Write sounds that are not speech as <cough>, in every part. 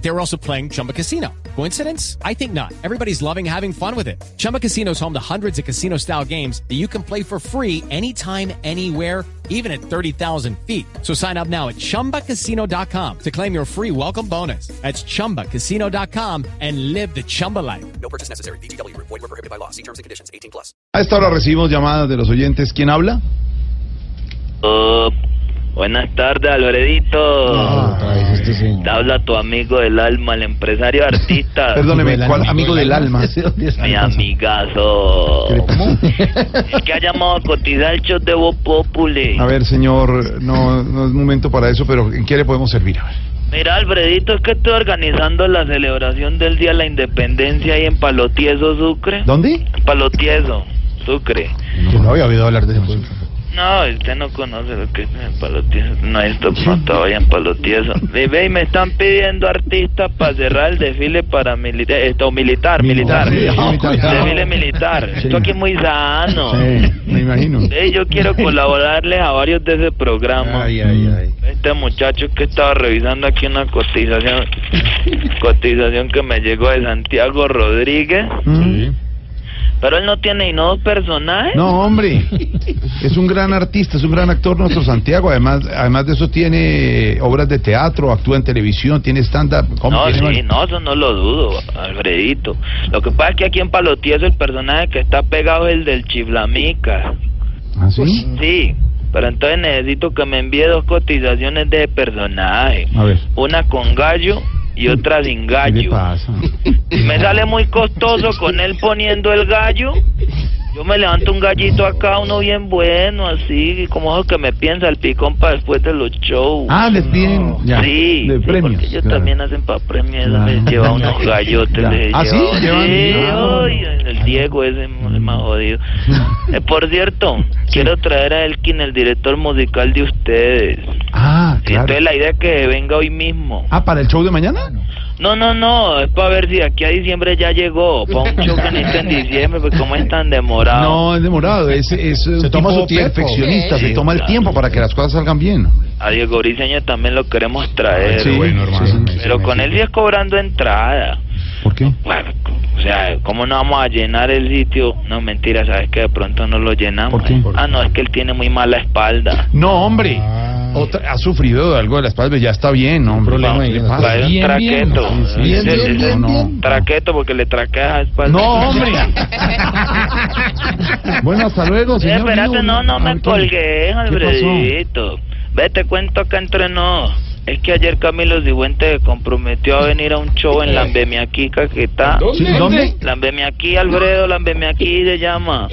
They were also playing Chumba Casino. Coincidence? I think not. Everybody's loving having fun with it. Chumba Casino is home to hundreds of casino style games that you can play for free anytime, anywhere even at 30,000 feet. So sign up now at ChumbaCasino.com to claim your free welcome bonus. That's ChumbaCasino.com and live the Chumba life. No purchase necessary. BGW. Void were prohibited by law. See terms and conditions. 18 plus. A esta hora recibimos llamadas de los oyentes. ¿Quién habla? Oh, buenas tardes, Alfredito. Ah. Te habla tu amigo del alma, el empresario <laughs> artista. Perdóneme, ¿cuál amigo del alma? <laughs> Mi amigazo. Es que ha llamado a cotizar el show de Voz Populi. A ver, señor, no, no es momento para eso, pero ¿en qué le podemos servir? A ver. Mira, Alfredito, es que estoy organizando la celebración del Día de la Independencia ahí en Palotieso, Sucre. ¿Dónde? Palotieso, Sucre. Yo no había oído hablar de eso. No, usted no conoce lo que es el palotieso. No, esto no todavía <laughs> en palotieso. Ve, ve, y me están pidiendo artistas para cerrar el desfile para milita- esto, militar, militar. <laughs> Sí, militar. Desfile militar. Sí. Esto aquí es muy sano. Sí, me imagino. Ve, yo quiero colaborarles a varios de ese programa. Este muchacho que estaba revisando aquí <laughs> una cotización, cotización que me llegó de Santiago Rodríguez. Mm. Pero él no tiene ni dos personajes. No, hombre. Es un gran artista, es un gran actor <laughs> nuestro Santiago. Además, además de eso tiene obras de teatro, actúa en televisión, tiene stand-up. ¿Cómo No, tiene- sí, no, eso no lo dudo, Alfredito. Lo que pasa es que aquí en Palotieso el personaje que está pegado es el del Chiflamica. ¿Ah, sí? Sí, pero entonces necesito que me envíe dos cotizaciones de personaje. A ver. Una con gallo y otra sin ¿Qué le gallo. <laughs> pasa? Me sale muy costoso con él poniendo el gallo. Yo me levanto un gallito acá, uno bien bueno, así, como eso que me piensa el picón para después de los shows. Ah, les piden ya, Sí, de sí, premios. porque ellos claro. también hacen para premios, Claro. les lleva unos <laughs> gallotes, Ya. les ¿Ah, sí? lleva- Llevan- Mm. Ah. ay, el Diego ese es el más jodido. <laughs> Eh, por cierto, quiero traer a Elkin, el director musical de ustedes. Ah, Sí, claro. Entonces la idea es que venga hoy mismo. Ah, ¿para el show de mañana? No, no, no, es para ver si de aquí a diciembre ya llegó, para un show que necesita en diciembre, porque como es tan demorado. No, es demorado, es, es un toma tipo su tiempo. perfeccionista, Sí, se toma el claro. tiempo para que las cosas salgan bien. A Diego Briseño también lo queremos traer, Sí, güey. sí, sí. pero con él sí es cobrando entrada. ¿Por qué? Bueno, o sea, ¿cómo no vamos a llenar el sitio? No, mentira, ¿sabes que De pronto no lo llenamos. ¿Por qué? Ah, no, es que él tiene muy mala espalda. No, hombre, Otra- ha sufrido de algo de la espalda, ya está bien, hombre. problema ¿Qué ahí, le la pasa? Trae un bien, bien, traqueto. sí, sí, Ese- bien, ese- bien, ese- bien, no, bien. Traqueto porque le traquea la espalda. No, <laughs> hombre. bueno, hasta luego, Eh, señor. espérate, mío. no, no me Antonio, colgué, ¿Qué Alfredito. Vete, cuento acá entre no. Es que ayer Camilo Sigüente se comprometió a venir a un show en Lambemiaquica que está. pasó? Sí, Eh. ¿Dónde? Lambeme aquí, Alfredo, lambeme aquí se llama.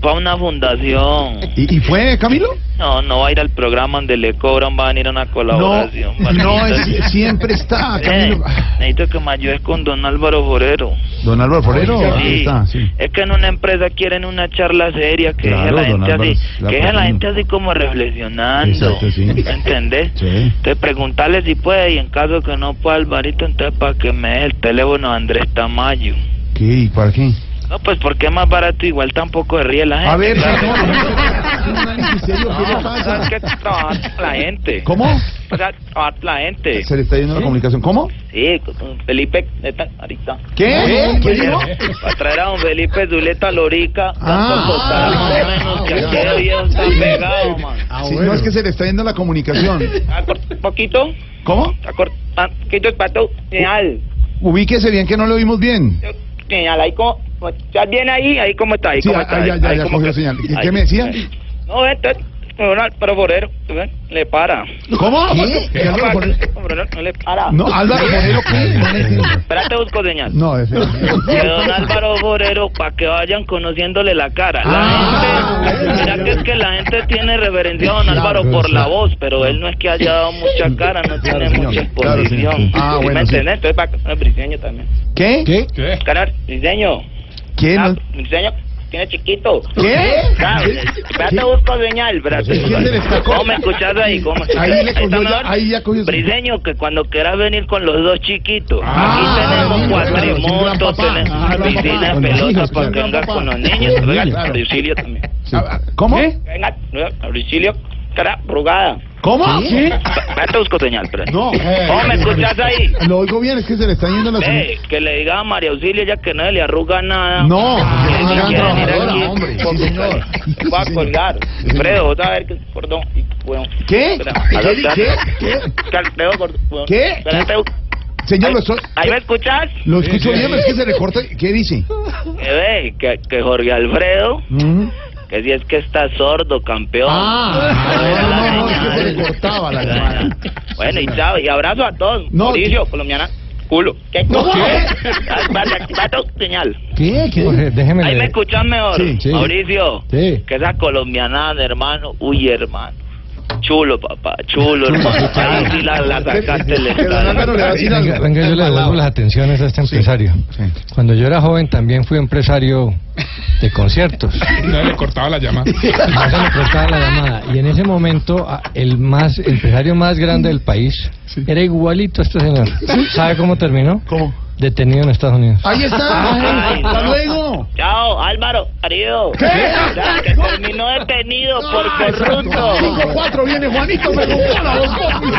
Para una fundación. ¿Y, y fue Camilo? No, no va a ir al programa donde le cobran, va a venir a una No, colaboración. no, Barbarita. es- siempre está Eh, Camilo. necesito que me ayudes con don Álvaro Forero. Don Álvaro Forero, Sí. ahí está, sí. Es que en una empresa quieren una charla seria que deje a Claro, la don gente Álvaro, así, la que deje a la persona. gente así como reflexionando. Exacto, sí. ¿Entendés? Sí. Entonces preguntarle si puede y en caso que no pueda Alvarito, entonces para que me dé el teléfono de Andrés Tamayo. ¿Qué? ¿Y para qué? No, pues porque es más barato, igual tampoco se ríe la gente. A ver, claro. señor. ¿en serio? ¿Qué le No, es que pasa? trabajar con la gente. ¿Cómo? O sea, trabajar con la gente. Se le está yendo la comunicación. ¿Cómo? Sí, con Felipe, neta, ahorita. ¿Qué? ¿Qué dijo? Para traer a don Felipe Zuleta Lorica. Ah. tanto costará más o menos que aquel viejo está pegado, man. Sí, No es que se le está yendo la comunicación. Ah, cort- poquito, ¿Cómo? ah, cort- ah, poquito es pato. Señal, Ubíquese bien que no le oímos bien. señal, ahí como. ¿Estás bien ahí? Ahí como está, ahí Sí, como ah, está. ah, ahí- ya, ya, ahí ya como cogió que- señal. ¿Y ahí, qué me decían? ahí. No, esto es. Pero Borero, tú ves, le para. ¿Cómo? ¿Qué? ¿Y Álvaro Forero? Borero no le para. No, Álvaro Forero, <laughs> ¿qué? Espérate, busco señal. No, ese. de don Álvaro Borero para que vayan conociéndole la cara. La Ah, gente, bueno. mira que es que la gente tiene reverencia a don Claro, Álvaro por la sí. voz, pero él no es que haya dado mucha cara, no tiene señor, mucha claro, exposición. señor. Ah, ¿Sí bueno, ¿Me sí. entiendes? Entonces, para que- no, briseño también. ¿Qué? ¿Qué? Canal, briseño. ¿Qué? Ah, No- briseño. tiene chiquito. ¿Qué? ¿Sabes? Espérate, busco señal, espérate. ¿Se entiende de esta cosa? ¿Cómo me escuchas ahí? ¿Cómo? Ahí le cogió ¿Está ya- mejor? ahí ya cogió su- Briseño, que cuando quieras venir con los dos chiquitos. Ah, Aquí tenemos sí, claro, sí, gran cuatrimotos, papá. Ah, tenemos gran papá. Con piscina, los pelota hijos, para que claro. vengas con los niños. Con los Venga, niños, claro. Auxilio también. Ah, ¿Cómo? Venga, Auxilio, cara, rugada. ¿Cómo? ¿Sí? Espérate, busco señal, espérate. No. eh, ¿Cómo me escuchas ahí? Lo oigo bien, es que se le están yendo las... Eh, que le diga a María Auxilio ya que no se le arruga nada. No, Que es una ni gran quiere venir trabajadora, aquí. hombre. Sí, señor. <laughs> Va a Sí, señor. colgar. Alfredo, vos a ver que cordón. y, Bueno, ¿Qué? espera, ¿Qué? espera, ¿Qué? ¿Qué? que Alfredo, cordón, bueno, ¿Qué? espérate, Señor, lo, so- ¿Ahí me escuchas? lo escucho bien, pero es que se le corta. ¿Qué dice? Que Eh, ve, que, que Jorge Alfredo, Ujú. que si es que está sordo, campeón. Ah, Era no, la no, no, es que señal. se le cortaba la llamada. Bueno, y chao, y abrazo a todos. No, Mauricio, colombiana, culo. ¿Qué? No, ¿qué? <laughs> Ah, Vale, vale, señal. ¿Qué? ¿Qué? Déjeme Ahí me escuchan mejor. Sí, sí. Mauricio, Sí. que esa colombianada, hermano. Uy, hermano. Chulo, papá, chulo, hermano. Ahí sí la, la sacaste del Pero Álvaro le va a estadio. decir algo. Venga, venga, yo le devuelvo las atenciones a este empresario. Cuando yo era joven también fui empresario de conciertos. <laughs> No le cortaba la llamada. No se me prestaba la llamada. Y en ese momento a- el más el empresario más grande del país era igualito a este señor. ¿Sabe cómo terminó? ¿Cómo? Detenido en Estados Unidos. Ahí está. Ay, Hasta no. luego. Chao, Álvaro, querido. Ya, Que terminó detenido por Ay, corrupto. Cinco, cuatro, viene Juanito, me robó la voz.